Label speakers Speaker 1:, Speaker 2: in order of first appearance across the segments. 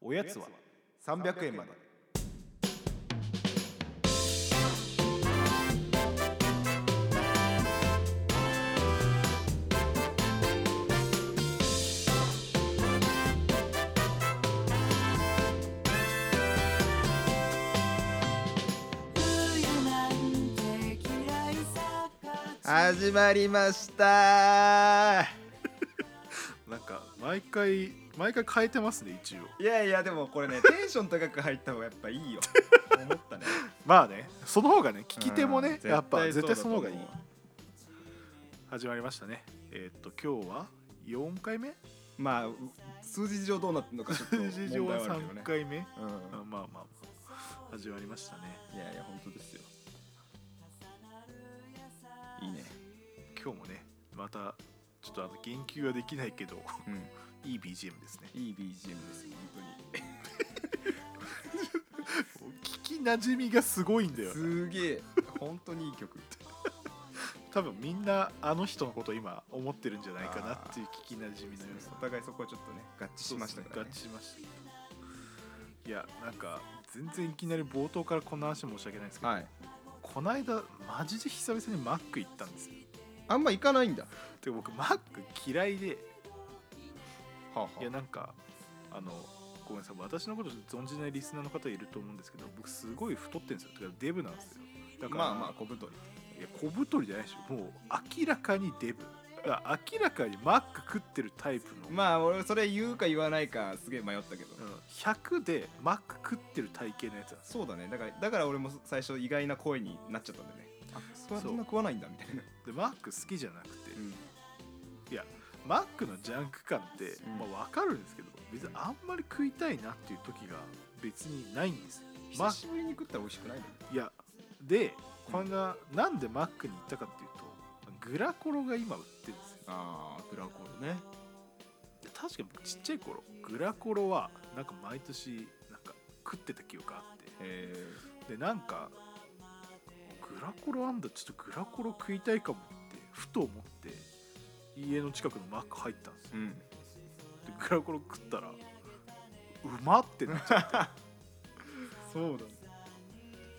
Speaker 1: おやつは300円まで始まりました
Speaker 2: なんか毎回毎回変えてますね一応
Speaker 1: いやいやでもこ れねテンション高く入った方がやっぱいいよ思ったね
Speaker 2: まあねその方がね 聞き手も
Speaker 1: うん
Speaker 2: ね
Speaker 1: 絶対
Speaker 2: やっぱ絶対そ
Speaker 1: そう
Speaker 2: の
Speaker 1: だ
Speaker 2: 方
Speaker 1: と
Speaker 2: がい
Speaker 1: 思う
Speaker 2: い始まりましたねえーっと今日は4回 目
Speaker 1: まあう数字上どうなってるのかちょっと問
Speaker 2: 日常
Speaker 1: 題
Speaker 2: は
Speaker 1: はあるけどね
Speaker 2: 3回目
Speaker 1: うん
Speaker 2: あまあまあまあ始まりましたね
Speaker 1: いやいや本当ですよいいね
Speaker 2: 今日もねまたちょっとあの言及はできないけど
Speaker 1: う
Speaker 2: いい BGM ですね
Speaker 1: んいい BGM ですよ
Speaker 2: 聞きなじみがすごいんだ
Speaker 1: 本当に
Speaker 2: よ
Speaker 1: すげえ本当にいい 曲
Speaker 2: 多分みんなあの人のこと今思ってるんじゃないかなっていう聞きなじみのよさ
Speaker 1: お互いそこはちょっとね合致しましたからね
Speaker 2: 合致しましたいやなんか全然いきなり冒頭からこんな話申し訳ないんですけど、
Speaker 1: はい
Speaker 2: こないだマジで久々にマック行ったんですよ
Speaker 1: あんま行かないんだ
Speaker 2: てか僕マック嫌いで
Speaker 1: はあはい
Speaker 2: やなんかあのごめんなさい私のこと存じないリスナーの方いると思うんですけど僕すごい太ってんですよてかデブなんですよだから
Speaker 1: まあまあ小太り
Speaker 2: いや小太りじゃないでしょもう明らかにデブあ明らかにマック食ってるタイプの、
Speaker 1: まあ俺それ言うか言わないかすげえ迷ったけど、
Speaker 2: うん100でマック食ってる体型のやつなんですよ
Speaker 1: そうだねだからだから俺も最初意外な声になっちゃったんだよねあそれはそんな食わないんだみたいな
Speaker 2: でマック好きじゃなくて、
Speaker 1: うん
Speaker 2: マックのジャンク感って、
Speaker 1: うん
Speaker 2: まあ、分かるんですけど別にあんまり食いたいなっていう時が別にないんですよマ
Speaker 1: 久
Speaker 2: ッ
Speaker 1: しぶりに食ったら美味しくないの
Speaker 2: いやでこれが、なんでマックに行ったかっていうとグラコロが今売ってるんですよ
Speaker 1: ああグラコロね
Speaker 2: で確かに僕ちっちゃい頃グラコロはなんか毎年なんか食ってた記憶あっ
Speaker 1: え
Speaker 2: てでなんかグラコロあんだちょっとグラコロ食いたいかもってふと思って家の近くのマック入ったんですよ
Speaker 1: ー、うん
Speaker 2: でグラコロ食ったらうまってなっちゃって
Speaker 1: そうだ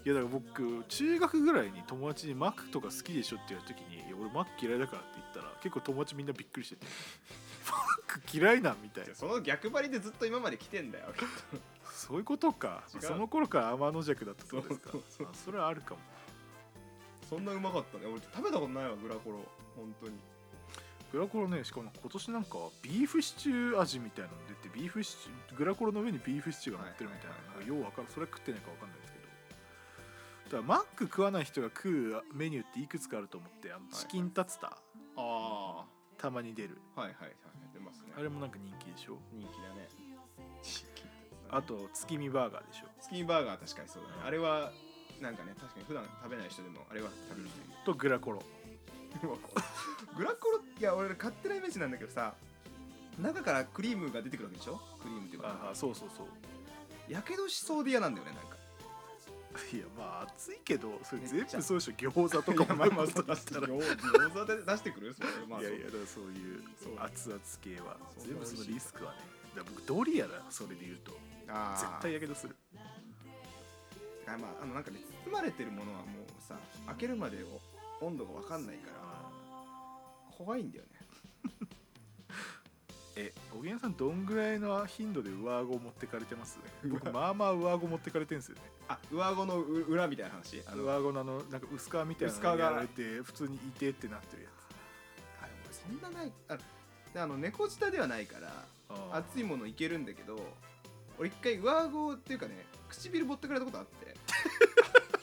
Speaker 2: いやだから僕中学ぐらいに友達にマックとか好きでしょって言われた時に「いや俺マック嫌いだから」って言ったら結構友達みんなびっくりしてて「マック嫌いなん」みたいな
Speaker 1: その逆張りでずっと今まで来てんだよきっと
Speaker 2: そういうことか
Speaker 1: 違う
Speaker 2: その頃から天の弱だったってことですか
Speaker 1: そうそうそう
Speaker 2: あそれはあるかも
Speaker 1: そんなうまかったね俺食べたことないわグラコロ本当に
Speaker 2: グラコロねしかも今年なんかビーフシチュー味みたいなの出てビーフシチューグラコロの上にビーフシチューが乗ってるみたいな
Speaker 1: はいはい
Speaker 2: な
Speaker 1: は
Speaker 2: ん
Speaker 1: い
Speaker 2: かようわかるそれは食ってないかわかんないですけどだからマック食わない人が食うメニューっていくつかあると思ってあの
Speaker 1: いはい
Speaker 2: チキンタツタ、
Speaker 1: あ
Speaker 2: たまに出る
Speaker 1: あはいはいはい出ますね
Speaker 2: あれもなんか人気でしょ
Speaker 1: 人気だね
Speaker 2: あと月見バーガーでしょ
Speaker 1: スキンバーガー確かにそうだねあれはなんかね確かに普段食べない人でもあれは食べる人いる
Speaker 2: とグラコロ
Speaker 1: グラコロいや俺勝手なイメージなんだけどさ中からクリームが出てくるわけでしょクリームっていう
Speaker 2: あ
Speaker 1: か
Speaker 2: あそうそうそう
Speaker 1: やけどしそうで嫌なんだよねなんか
Speaker 2: いやまあ暑いけどそれ全
Speaker 1: めっちゃ
Speaker 2: 部そうでしょ餃子とかも まあまあ
Speaker 1: 出
Speaker 2: そうだっ
Speaker 1: したて
Speaker 2: ら
Speaker 1: る
Speaker 2: い
Speaker 1: よ餃子で出してくるそれまあ
Speaker 2: やいやだからそういう
Speaker 1: そう
Speaker 2: 熱々系は
Speaker 1: そう
Speaker 2: 全部そのリスクはねだから僕ドリアだそれで言うと
Speaker 1: あ
Speaker 2: 絶
Speaker 1: ー
Speaker 2: 対やけどする
Speaker 1: あまああのなんかね包まれてるものはもうさ開けるまでを温度が分かんないから怖いんだよね
Speaker 2: えおげんさんどんぐらいの頻度で上顎持ってかれてます僕まあまあ上顎持ってかれてんすよ ね
Speaker 1: あ上顎のう裏みたいな話あの
Speaker 2: 上顎のあのなんか薄皮みたいな
Speaker 1: 薄皮
Speaker 2: の
Speaker 1: が
Speaker 2: やられて普通にいてってなってるや
Speaker 1: あれ俺そんなないあであの猫舌ではないから
Speaker 2: つあ
Speaker 1: 熱いものいけるんだけど俺一回上顎っていうかね唇持ってくれたことあって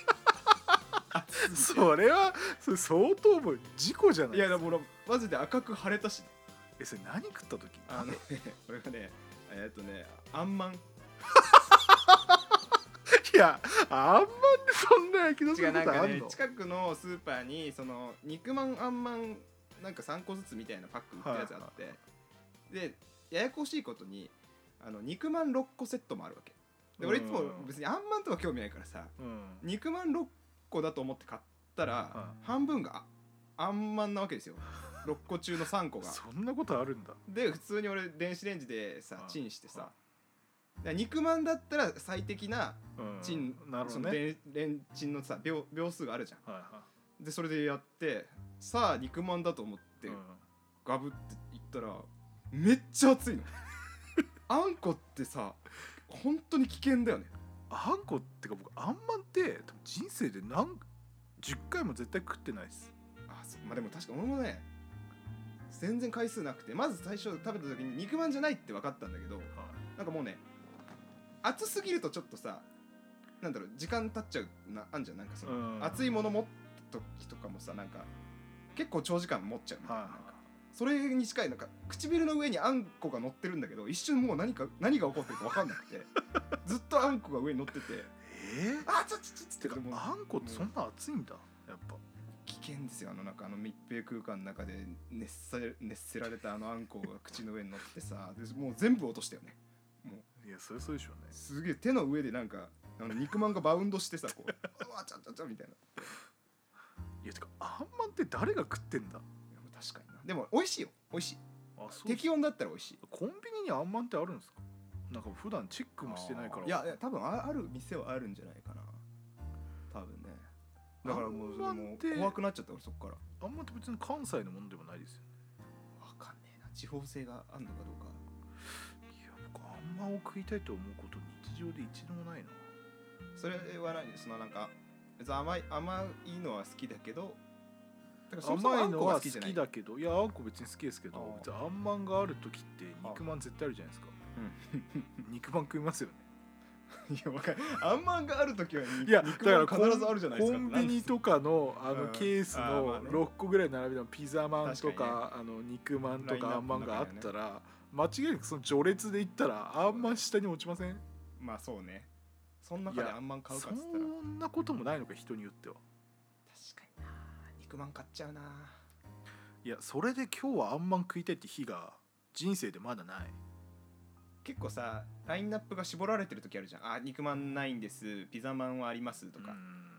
Speaker 2: それはそれ相当もう事故じゃない
Speaker 1: い
Speaker 2: で
Speaker 1: や
Speaker 2: すか
Speaker 1: でも俺マジで赤く腫れたし
Speaker 2: えそれ何食った時
Speaker 1: あ のね俺がねえっとねあんまん
Speaker 2: いやあんまりそんなやけどす
Speaker 1: 違
Speaker 2: る
Speaker 1: う
Speaker 2: こ
Speaker 1: なん
Speaker 2: とあ
Speaker 1: か
Speaker 2: ん
Speaker 1: ね
Speaker 2: の
Speaker 1: 近くのスーパーにその肉まんあんまんなんか3個ずつみたいなパック売ってるやつあって、でややこしいことにあの肉まん6個セットもあるわけで俺いつも
Speaker 2: うん
Speaker 1: 別にあんまんとか興味ないからさ
Speaker 2: うん
Speaker 1: 肉まん6個だと思って買ったら
Speaker 2: う
Speaker 1: 半分があんまんなわけですよ6個中の3個が
Speaker 2: そんなことあるんだ
Speaker 1: で普通に俺電子レンジでさ
Speaker 2: うん
Speaker 1: チンしてさら肉まんだったら最適な
Speaker 2: うん
Speaker 1: チン、
Speaker 2: なるほ
Speaker 1: そ
Speaker 2: ど
Speaker 1: の
Speaker 2: ね
Speaker 1: レンレンチンのさ秒秒数があるじゃ
Speaker 2: はいは
Speaker 1: んでそれでやってさあ肉まんだと思っ
Speaker 2: い
Speaker 1: て
Speaker 2: うん
Speaker 1: ガブっていったらめっちゃ熱いの あんこってさ本当に危険だよね
Speaker 2: あんこってか僕あんまんって多分人生で何10回も絶対食ってないっす
Speaker 1: あそうまあでも確か俺もね全然回数なくてまず最初食べた時に肉まんじゃないって分かったんだけど
Speaker 2: は
Speaker 1: なんかもうね熱すぎるとちょっとさなんだろう時間経っちゃうなあんじゃんなんかその、
Speaker 2: うん
Speaker 1: 熱いもの持った時とかもさなんか結構長時間持っちゃうみ
Speaker 2: い
Speaker 1: たいな,、
Speaker 2: は
Speaker 1: それに近いなんか唇の上にあんこが乗ってるんだけど一瞬もう何か何が起こってるか分かんな くてずっとあんこが上に乗ってて
Speaker 2: いえ
Speaker 1: あちょちょちょち
Speaker 2: て
Speaker 1: ょっ
Speaker 2: か
Speaker 1: てもう
Speaker 2: あんこってそんな熱いんだやっぱ
Speaker 1: 危険ですよあのなんかあの密閉空間の中で熱せ熱せられたあのあんこが口の上に乗ってさでもう全部落としたよね
Speaker 2: いやそりゃそうでしょうね
Speaker 1: すげえ手の上でなんかあの肉まんがバウンドしてさ こううわちゃちゃちゃみたいない
Speaker 2: やてかあんまんって誰が食ってんだ
Speaker 1: やもう確かになでも美味しいよ美味しい
Speaker 2: あそう
Speaker 1: 適温だったら美味しい
Speaker 2: コンビニにあんまんってあるんですかなんか普段チェックもしてないから
Speaker 1: いやいや多分あある店はあるんじゃないかな多分ねだからもう
Speaker 2: あんまん
Speaker 1: も
Speaker 2: って
Speaker 1: う怖くなっちゃった俺そっから
Speaker 2: あんまんって別に関西のものでもないですよね
Speaker 1: 分かんねえな地方性があるのかどうか
Speaker 2: いや僕あんまんを食いたいと思うこと日常で一度もないな
Speaker 1: それは何そのなんか別に甘い甘いのは好きだけどだからそもそも
Speaker 2: 甘いのは
Speaker 1: あんこが
Speaker 2: 好
Speaker 1: じゃな
Speaker 2: きだけどいやあんこ別に好きですけ
Speaker 1: あ
Speaker 2: ど
Speaker 1: あ
Speaker 2: 別にあんまんがある時って肉まん絶対あるじゃないです か肉まん食いますよね
Speaker 1: いや わかるあんまんがある時はに
Speaker 2: いやだ
Speaker 1: 肉
Speaker 2: か
Speaker 1: ま
Speaker 2: ら
Speaker 1: ん
Speaker 2: コン
Speaker 1: 必ずあるじゃないですか
Speaker 2: コンビニとかのあ
Speaker 1: う
Speaker 2: の
Speaker 1: ん
Speaker 2: ケース
Speaker 1: あーまあ
Speaker 2: の
Speaker 1: ね
Speaker 2: 6個ぐらい並べたのピザまんと
Speaker 1: 確か
Speaker 2: かあの肉まんと
Speaker 1: ラインナッ
Speaker 2: かあ
Speaker 1: プ
Speaker 2: んまんがあっ
Speaker 1: の
Speaker 2: た
Speaker 1: 中
Speaker 2: ら間違いなくその序列でいったらあんまん下に落ちません
Speaker 1: まあそうねその中であんまん買うか
Speaker 2: そ
Speaker 1: っつったら確
Speaker 2: んなこともないのか人によっては
Speaker 1: かにな肉まん買っちゃうない
Speaker 2: やそれで今日はあんまん食いたいって日が人生でまだない
Speaker 1: 結構さラインナップが絞られてる時あるじゃんあ肉まんないんですピザまんはありますと
Speaker 2: と
Speaker 1: か、
Speaker 2: か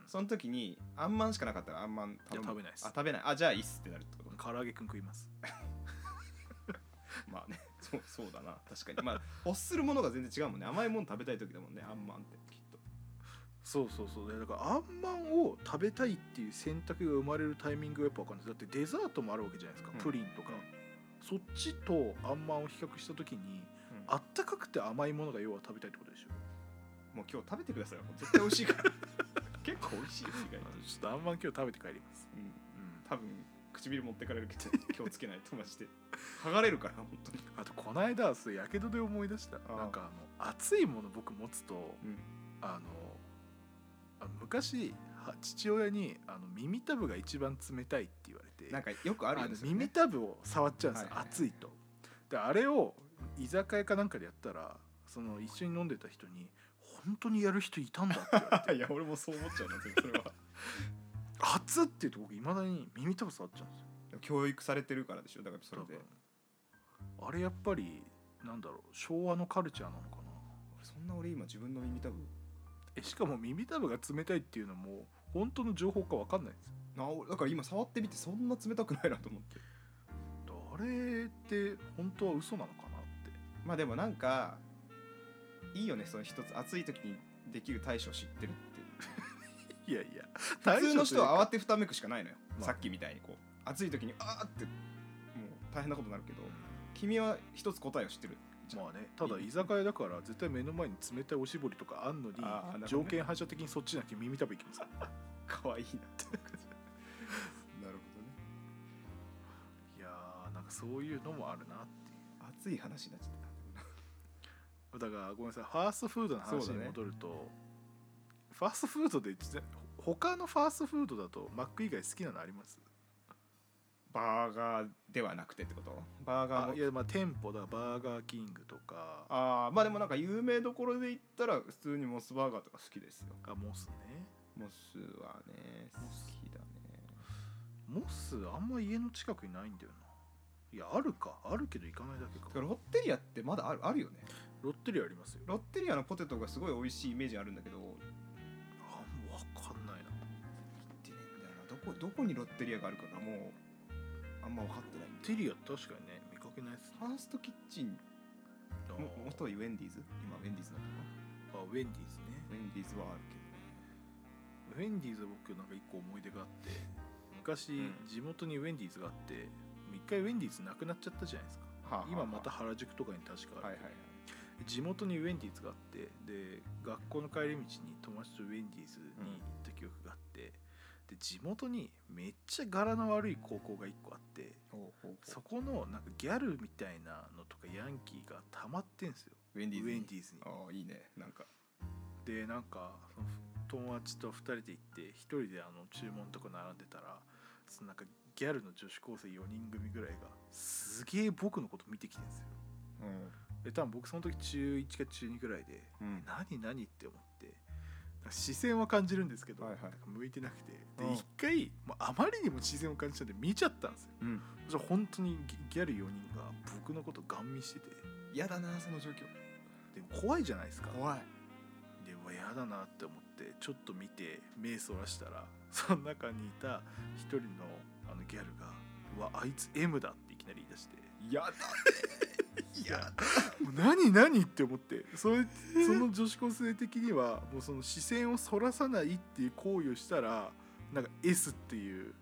Speaker 1: その時にあんまんしかなかったらあんまん頼む
Speaker 2: いや食べないっす
Speaker 1: あ食べないあじゃあいいっすってなるってこと
Speaker 2: 唐揚げくん食います
Speaker 1: まあね、そうそうだな、確かに。まあ、欲するものが全然違うもんね。甘いもの食べたい時だもんね、あんまんって、きっと。
Speaker 2: そうそうそうでだからあんまんを食べたいっていう選択が生まれるタイミングがやっぱ分かんないだってデザートもあるわけじゃないですか、
Speaker 1: うん
Speaker 2: プリンとか、そっちとあんまんを比較した時にあ
Speaker 1: あ
Speaker 2: ったかくて甘いものが要は食べたいってことでしょ
Speaker 1: もう今日食べてくださいよ。もう絶対美味しい から。結構美味しいよ、意
Speaker 2: ちょ
Speaker 1: 外と。
Speaker 2: っとあんまん今日食べて帰ります、
Speaker 1: うん、
Speaker 2: うん、
Speaker 1: 多分唇持ってかれるけど、気をつけないと、マジで。剥がれるから、本当に。
Speaker 2: あとこの間それやけどで思い出した
Speaker 1: あ
Speaker 2: なんかあの熱いもの僕持つと
Speaker 1: うん。
Speaker 2: あのあの昔は父親にあの耳たぶが一番冷たいって言われて
Speaker 1: なんかよくあるんですよ、
Speaker 2: の耳
Speaker 1: ね。
Speaker 2: たぶを触っちゃうんですよ、
Speaker 1: はいはいはい
Speaker 2: 熱いとであれを居酒屋かなんかでやったらその一緒に飲んでた人に「本当にやる人いたんだ」って言 われて
Speaker 1: いや、俺もそう思っちゃうな、それは。
Speaker 2: 「熱っ!」って言うと僕いまだに耳たぶ触っちゃうんですよ
Speaker 1: 教育されてるからでしょ、だからそ
Speaker 2: 多
Speaker 1: れ
Speaker 2: 分
Speaker 1: で。
Speaker 2: あれやっぱりなんだろう昭和のカルチャーなのかな
Speaker 1: 俺そんな俺今自分の耳たぶ
Speaker 2: えしかも耳たぶが冷たいっていうのも本当の情報か分かんないんですよ
Speaker 1: なだから今触ってみてそんな冷たくないなと思って
Speaker 2: あれって本当は嘘なのかなって
Speaker 1: まあでもなんかいいよねその一つ暑い時にできる対処を知ってるって
Speaker 2: い
Speaker 1: いう
Speaker 2: やいや
Speaker 1: 普通の人は慌
Speaker 2: て
Speaker 1: てふためくしかないのよ、
Speaker 2: まあ
Speaker 1: さっきみたいにこう暑い時にあーってもう大変なことになるけど君は一つ答えを知ってる
Speaker 2: まあねただ居酒屋だから絶対目の前に冷たいおしぼりとかあんのに
Speaker 1: あーなるほどね
Speaker 2: 条件反射的にそっちじゃなくて耳たぶいきますから
Speaker 1: かわいいなって なるほどね
Speaker 2: いやーなんかそういうのもあるなっていう
Speaker 1: 暑い話になっちゃった
Speaker 2: だからごめんなさいファーストフードの話
Speaker 1: そう
Speaker 2: に
Speaker 1: だね
Speaker 2: 戻ると、ファーストフードで実際他のファーストフードだとマック以外好きなのあります
Speaker 1: バーガーではなくてってことバーガ
Speaker 2: あい
Speaker 1: ーも
Speaker 2: やまあ店舗だバーガーキングとかあ
Speaker 1: ああまあでもなんか有名どころで言ったら普通にモスバーガーとか好きですよ
Speaker 2: モスね
Speaker 1: モスはね好
Speaker 2: モス
Speaker 1: きだね
Speaker 2: モスあんま家の近くにないんだよないやあるかあるけど行かないだけ
Speaker 1: だか
Speaker 2: から
Speaker 1: ロッテリアってまだあるあるよね
Speaker 2: ロッテリアありますよ
Speaker 1: ロッテリアのポテトがすごい美味しいイメージあるんだけど行っ
Speaker 2: あもう分かんないな
Speaker 1: てねえんだよなどこどこにロッテリアがあるかがもうあんま分かってないんで
Speaker 2: テリア確かにね見かけないっすね
Speaker 1: ファーストキッチンも元はウェンディーズ今ウェンディーズなのか
Speaker 2: あウェンディーズね
Speaker 1: なウェンディーズはあるけど
Speaker 2: ウェンディーズは僕なんか一個思い出があって昔、
Speaker 1: うん
Speaker 2: 地元にウェンディーズがあって一回ウェンディーズなくなっちゃったじゃないですか
Speaker 1: はあはあ
Speaker 2: 今また原宿とかに確かあ
Speaker 1: はい
Speaker 2: る
Speaker 1: はいはい
Speaker 2: 地元にウェンディーズがあってで学校の帰り道に友達とウェンディーズに行った記憶があって、で地元にめっちゃ柄の悪い高校が1個あって
Speaker 1: ほうほうほう
Speaker 2: そこのなんかギャルみたいなのとかヤンキーがたまってんすよ
Speaker 1: ウェン
Speaker 2: ウ
Speaker 1: ディーズ
Speaker 2: ェン
Speaker 1: ィ
Speaker 2: ディーズに
Speaker 1: ああいいねなんか
Speaker 2: でなんかその友達と2人で行って1人であの注文とか並んでたらそのなんかギャルの女子高生4人組ぐらいがすげえ僕のこと見てきてんですよ
Speaker 1: うん
Speaker 2: で多分僕その時中1か中2ぐらいで
Speaker 1: うん
Speaker 2: 何何って思ってなんか視線は感じるんですけど、
Speaker 1: はいはい
Speaker 2: なんか向いてなくて
Speaker 1: うん
Speaker 2: で一回、まあ、あまりにも視線を感じたんで見ちゃったんですよ
Speaker 1: うん
Speaker 2: そしたら本当にギギャル4人が僕のことガン見してて
Speaker 1: 嫌だなその状況
Speaker 2: でも怖いじゃないですか
Speaker 1: 怖い
Speaker 2: でうわやだなって思ってちょっと見て目そらしたら その中にいた一人のあのギャルが「うわあいつ M だ」っていきなり言い出して
Speaker 1: 嫌だ
Speaker 2: 「いやもう何何?」って思ってそれその女子高生的にはもうその視線をそらさないっていう行為をしたらなんか S っていう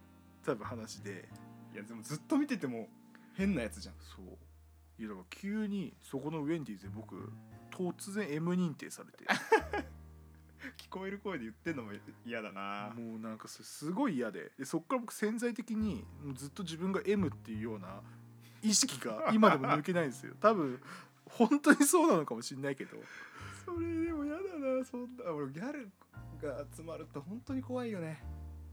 Speaker 2: 多分話で
Speaker 1: いやでもずっと見てても変なやつじゃん
Speaker 2: そういやだから急にそこのウェンディーズで僕突然 M 認定されて
Speaker 1: 聞こえる声で言ってんのも嫌だな
Speaker 2: もうなんかそれすごい嫌ででそっから僕潜在的にもうずっと自分が M っていうような意識 が今でも抜けないんですよ多分本当にそうなのかもしれないけど
Speaker 1: それでも嫌だなそんな俺ギャルが集まると本当に怖いよね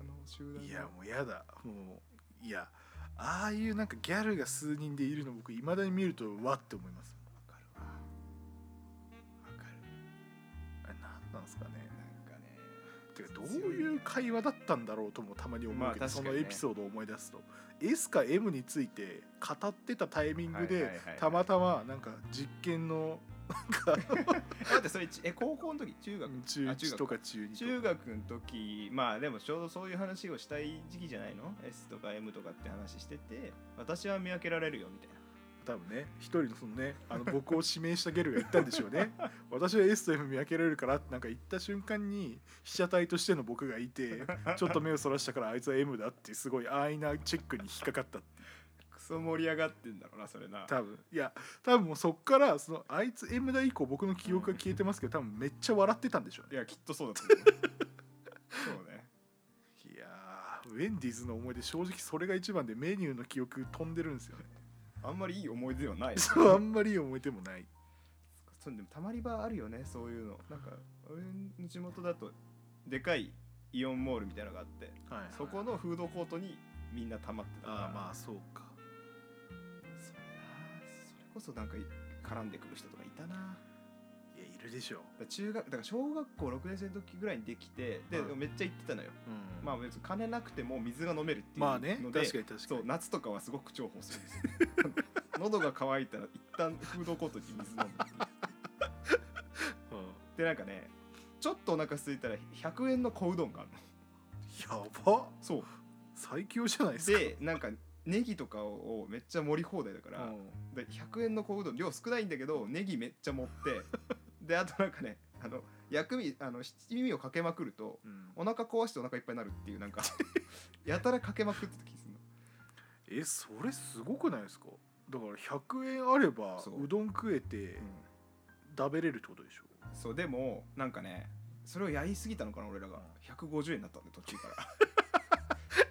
Speaker 1: あの集団の
Speaker 2: いやもうやだもういやああいうなんかギャルが数人でいるの僕いまだに見るとわって思います
Speaker 1: わかるわわかる
Speaker 2: あれ何なんですかね
Speaker 1: なんかね
Speaker 2: てかどういう会話だったんだろうともたまに思うけど、
Speaker 1: まあ確か
Speaker 2: そ
Speaker 1: にね
Speaker 2: のエピソードを思い出すと S か M について語ってたタイミングでたま
Speaker 1: ま
Speaker 2: たまなんか実験のなんか
Speaker 1: だってそれちえ高校の時中学
Speaker 2: 中
Speaker 1: あ中
Speaker 2: 1
Speaker 1: 学
Speaker 2: とか中2と
Speaker 1: 中
Speaker 2: か
Speaker 1: 学の時まあでもちょうどそういう話をしたい時期じゃないの S とか M とかって話してて私は見分けられるよみたいな
Speaker 2: 多分ね一人のそのねあの僕を指名したゲルが言ったんでしょうね 私は S と M 見分けられるからってなんか言った瞬間に被写体としての僕がいてちょっと目をそらしたからあいつは M だってすごい安易なチェックに引っかかった
Speaker 1: クソ盛り上がってんだろうなそれな
Speaker 2: 多分いや多分もうそっからそのあいつ M だ以降僕の記憶が消えてますけど多分めっちゃ笑ってたんでしょうね
Speaker 1: いやきっとそうだと思 うそうね
Speaker 2: いやーウェンディーズの思い出正直それが一番でメニューの記憶飛んでるんですよね
Speaker 1: あんまりいい思い出ではない
Speaker 2: そうあんまりいい思い出もない
Speaker 1: そうでもたまり場あるよねそういうのなんか俺の地元だとでかいイオンモールみたいなのがあって
Speaker 2: はい
Speaker 1: そこのフードコートにみんな溜まってたから
Speaker 2: ああまあそうか
Speaker 1: そうだなそれこそなんかい絡んでくる人とかいたなだか
Speaker 2: いやいるでしょう、
Speaker 1: ら中学だから小学校6年生の時ぐらいにできてで、
Speaker 2: うん
Speaker 1: めっちゃ行ってたのよ
Speaker 2: うん
Speaker 1: まあ別に金なくても水が飲めるっていうので
Speaker 2: まあね確かに確かに
Speaker 1: そう夏とかはすごく重宝するんですよ あの喉が渇いたら一旦フードコートに水飲むっていう
Speaker 2: うん
Speaker 1: でなんかねちょっとお腹空いたら100円の小うどんがあるの
Speaker 2: やば
Speaker 1: そう
Speaker 2: 最強じゃないですか
Speaker 1: でなんかネギとかをめっちゃ盛り放題だか
Speaker 2: う
Speaker 1: ら、
Speaker 2: ん
Speaker 1: で100円の小うどん量少ないんだけどネギめっちゃ持ってであとなんかねあの薬味あの七味をかけまくると
Speaker 2: うん
Speaker 1: お腹壊してお腹いっぱいになるっていうなんかやたらかけまくってた気がするの
Speaker 2: えそれすごくないですかだから100円あれば
Speaker 1: そう
Speaker 2: うどん食えて食べれるってことでしょ
Speaker 1: そうでもなんかねそれをやりすぎたのかな俺らが150円になったんで途中から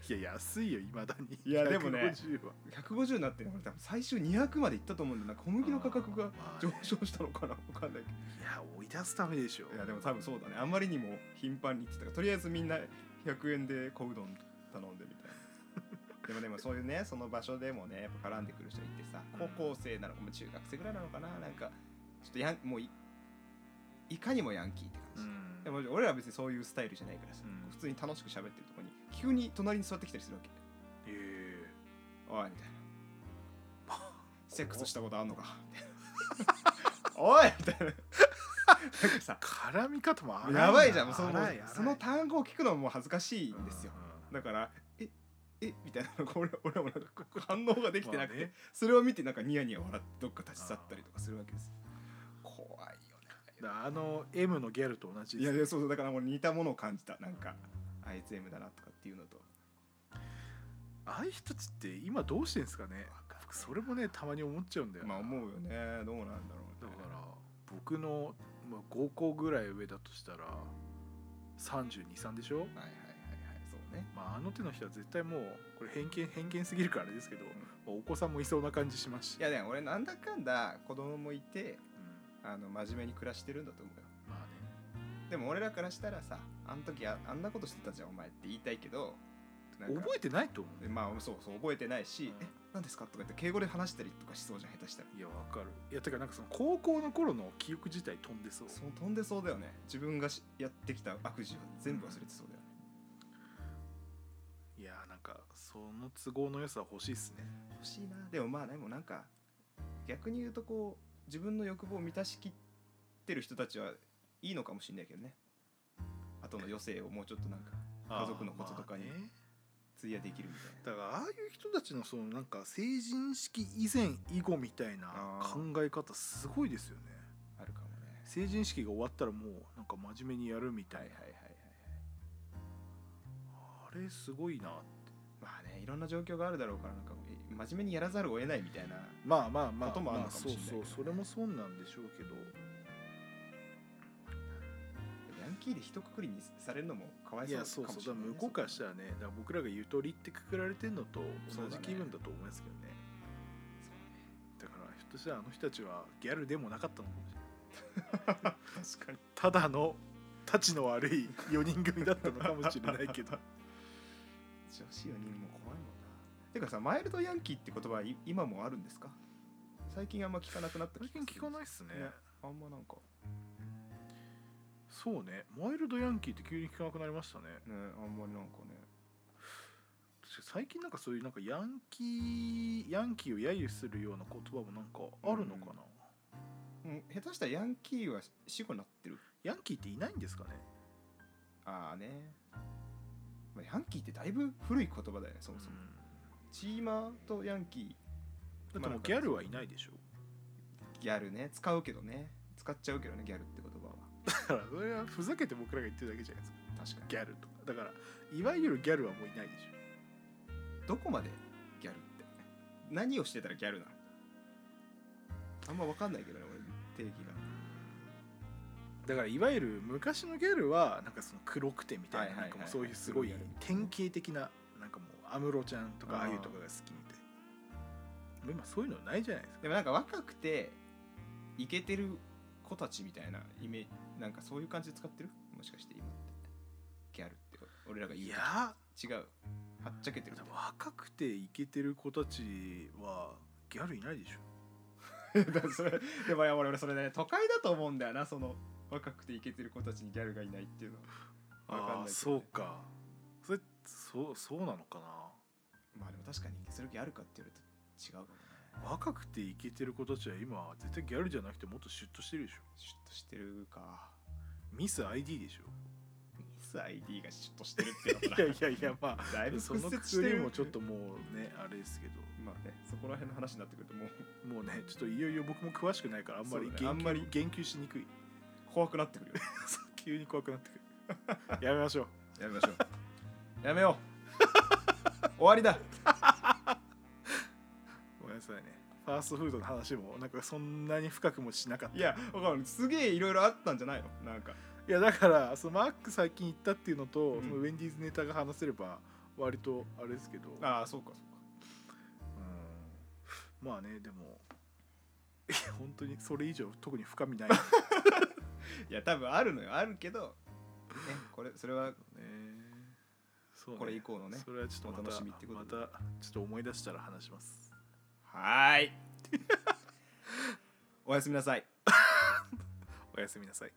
Speaker 2: いや安いよいまだに
Speaker 1: いやでもね
Speaker 2: 150は
Speaker 1: 150になってね俺多分最終200までいったと思うんだよな小麦の価格が
Speaker 2: まあね
Speaker 1: 上昇したのかな分かんないけど
Speaker 2: いや追い出すためでしょ
Speaker 1: いやでも多分そうだねあまりにも頻繁に行ってたからとりあえずみんな100円で小うどん頼んでみたいな でもでもそういうねその場所でもねやっぱ絡んでくる人いてさ高校生なのかもう中学生ぐらいなのかななんかちょっとやんもういいかにもヤンキーって
Speaker 2: う
Speaker 1: 感じ、
Speaker 2: ん
Speaker 1: でも俺らは別にそういうスタイルじゃないからさ、
Speaker 2: うん
Speaker 1: 普通に楽しく喋ってるとこに急に隣に座ってきたりするわけ
Speaker 2: ええ
Speaker 1: おいみたいな セックスしたことあんのかみたいな おい みたいななんかさ
Speaker 2: 絡み方も荒
Speaker 1: やばいじゃんもうそ
Speaker 2: 荒
Speaker 1: の
Speaker 2: い荒い
Speaker 1: その単語を聞くのも恥ずかしいんですよ
Speaker 2: うん
Speaker 1: だからええみたいなのが俺俺もなんか反応ができてなくて、
Speaker 2: まあね
Speaker 1: それを見てなんかニヤニヤ笑ってどっか立ち去ったりとかするわけです怖いよ
Speaker 2: だからあの M のギャルと同じ
Speaker 1: ね
Speaker 2: で
Speaker 1: いや
Speaker 2: す
Speaker 1: いやそうそうだから俺似たものを感じたなんかあいつ M だなとかっていうのと
Speaker 2: ああいう人たちって今どうしてんですかねそれもねたまに思っちゃうんだよな
Speaker 1: まあ思うよねどうなん
Speaker 2: だ
Speaker 1: だろう
Speaker 2: か
Speaker 1: ね
Speaker 2: ら僕の、まあ、5個ぐらい上だとしたら323でしょ、
Speaker 1: はいはいはいはいそうね
Speaker 2: まあ、あの手の人は絶対もうこれ偏見偏見すぎるからあれですけど、まあお子さんもいそうな感じしますし
Speaker 1: いやね俺なんだかんだ子供もいて
Speaker 2: うん
Speaker 1: あの真面目に暮らしてるんだと思うよ
Speaker 2: まあね
Speaker 1: でも俺らからしたらさあん時ああんなことしてたじゃんお前って言いたいけどなんか
Speaker 2: 覚えてないと思う
Speaker 1: で
Speaker 2: ね、
Speaker 1: まあそうそう覚えてないし
Speaker 2: うん
Speaker 1: 「え何ですか?」とか言って敬語で話したりとかしそうじゃん下手したら
Speaker 2: いやわかるいやてかなんかその高校の頃の記憶自体飛んでそう
Speaker 1: そう飛んでそうだよね自分がしやってきた悪事を全部忘れてそうだよね、
Speaker 2: いやなんかその都合の良さ欲しいっすね
Speaker 1: 欲しいなでもまあでもなんか逆に言うとこう自分の欲望を満たしきってる人たちはいいのかもしれないけどねあとの余生をもうちょっとなんか家族のこととかに
Speaker 2: あーまあね
Speaker 1: 費やできるみたいな
Speaker 2: だからああいう人たちのそのなんか成人式以前以後みたいな
Speaker 1: あー
Speaker 2: 考え方すごいですよね
Speaker 1: あるかもね
Speaker 2: 成人式が終わったらもうなんか真面目にやるみた
Speaker 1: はいい
Speaker 2: な、
Speaker 1: はいはいはいはい
Speaker 2: あれすごいな
Speaker 1: まあねいろんな状況があるだろうからなんかえ真面目にやらざるを得ないみたいな
Speaker 2: まあまあまあ
Speaker 1: こともある
Speaker 2: ま
Speaker 1: の
Speaker 2: あ
Speaker 1: かもし
Speaker 2: そう
Speaker 1: れないけど
Speaker 2: そ
Speaker 1: ね
Speaker 2: うそれもそうなんでしょうけど
Speaker 1: ヤンキーで一括りにされるのもかわい
Speaker 2: い
Speaker 1: そう
Speaker 2: やそう
Speaker 1: か
Speaker 2: そ
Speaker 1: も
Speaker 2: う
Speaker 1: し
Speaker 2: だ
Speaker 1: れ
Speaker 2: か
Speaker 1: な
Speaker 2: ら
Speaker 1: いね
Speaker 2: 向こうからしたらねだから僕らがゆとりってくくられてんのと同じ気分だと思いますけどねだからひょっとしたらあの人たちはギャルでもなかったのかもしれない
Speaker 1: 確かに
Speaker 2: ただのたちの悪い4人組だったのかもしれないけど
Speaker 1: 女子4人も怖いもんなてかさマイルドヤンキーって言葉はい今もあるんですか最近あんま聞かなくなっ た
Speaker 2: 最近聞かないっすね
Speaker 1: ねあんまなんか
Speaker 2: そうねマイルドヤンキーって急に聞かなくなりましたね
Speaker 1: ねあんまりなんかね
Speaker 2: 確か最近なんかそういうなんかヤンキーヤンキーを揶揄するような言葉もなんかあるのかな、
Speaker 1: もう下手したらヤンキーは死後になってる
Speaker 2: ヤンキーっていないんですかね
Speaker 1: ああね、まあ、ヤンキーってだいぶ古い言葉だよねそもそも、チーマーとヤンキ
Speaker 2: うんだってもうギャルはいないでしょ
Speaker 1: ーギャルね使うけどね使っちゃうけどねギャルって言葉は
Speaker 2: だから それはふざけて僕らが言ってるだけじゃないですか
Speaker 1: 確か
Speaker 2: ギ
Speaker 1: に
Speaker 2: ャルとかだからいわゆるギャルはもういないでしょ
Speaker 1: どこまでギャルって何をしてたらギャルなのあんま分かんないけどね俺定義が
Speaker 2: だからいわゆる昔のギャルはなんかその黒くてみたい
Speaker 1: はい
Speaker 2: な
Speaker 1: は
Speaker 2: なん
Speaker 1: いはい
Speaker 2: かもうそういうすごい
Speaker 1: 黒いギャルみたいな
Speaker 2: 典型的ななんかもう安室ちゃんと
Speaker 1: あー
Speaker 2: かああいうとかが好きみたいなもう今そういうのないじゃないですか
Speaker 1: でもなんか若くてイケてる子たちみたいなイメージなんかそういう感じで使ってるもしかして今ってギャルってこと俺らが言
Speaker 2: いうや
Speaker 1: 時違うはっちゃけてる
Speaker 2: ー
Speaker 1: みたい
Speaker 2: 若くてイケてる子たちはギャルいないでしょ
Speaker 1: な だからそれでもいや俺俺それね都会だと思うんだよなその若くてイケてる子たちにギャルがいないっていうのはわかんないけど
Speaker 2: あ
Speaker 1: ね
Speaker 2: あそうかそれそうそうなのか
Speaker 1: まあでも確かにそれギャルかって言われると違うかもね
Speaker 2: な若くてイケてる子たちは今絶対ギャルじゃなくてもっとシュッとしてるでしょ
Speaker 1: シュッとしてるか
Speaker 2: ミス ID でしょ
Speaker 1: ミス ID がシュッとしてるってこと
Speaker 2: いやいやいやまあ
Speaker 1: だいぶ
Speaker 2: そ
Speaker 1: 屈
Speaker 2: の
Speaker 1: 折
Speaker 2: く
Speaker 1: して
Speaker 2: くり
Speaker 1: る
Speaker 2: もちょっともうねあれですけど
Speaker 1: まあねそこら辺の話になってくるともう
Speaker 2: もうねちょっといよいよ僕も詳しくないからあんまり
Speaker 1: そうだね
Speaker 2: 言及,、
Speaker 1: あんまり
Speaker 2: 言及しにくい
Speaker 1: 怖くなってくるよ
Speaker 2: 急に怖くなってくる やめましょう
Speaker 1: やめましょうやめよう 終わりだ
Speaker 2: ごめんなさいねファーストフードの話もなんかそんなに深くもしなかった
Speaker 1: い
Speaker 2: い
Speaker 1: やわかんないすげえいろいろあったんじゃないのなんか
Speaker 2: やだからそのマック最近行ったっていうのと、
Speaker 1: うん
Speaker 2: そのウェンディーズネタが話せれば割とあれですけど
Speaker 1: ああそうかそう
Speaker 2: うんまあねでもいや本当にそれ以上特に深みない
Speaker 1: かいや多分あるのよあるけど、ね、これそれは
Speaker 2: ねそうね
Speaker 1: これ以降のね
Speaker 2: それはちょっと
Speaker 1: お
Speaker 2: ま
Speaker 1: 楽
Speaker 2: た
Speaker 1: しみってこと
Speaker 2: ま
Speaker 1: で
Speaker 2: たちょっと思い出したら話します
Speaker 1: はーいおやすみなさい
Speaker 2: おやすみなさい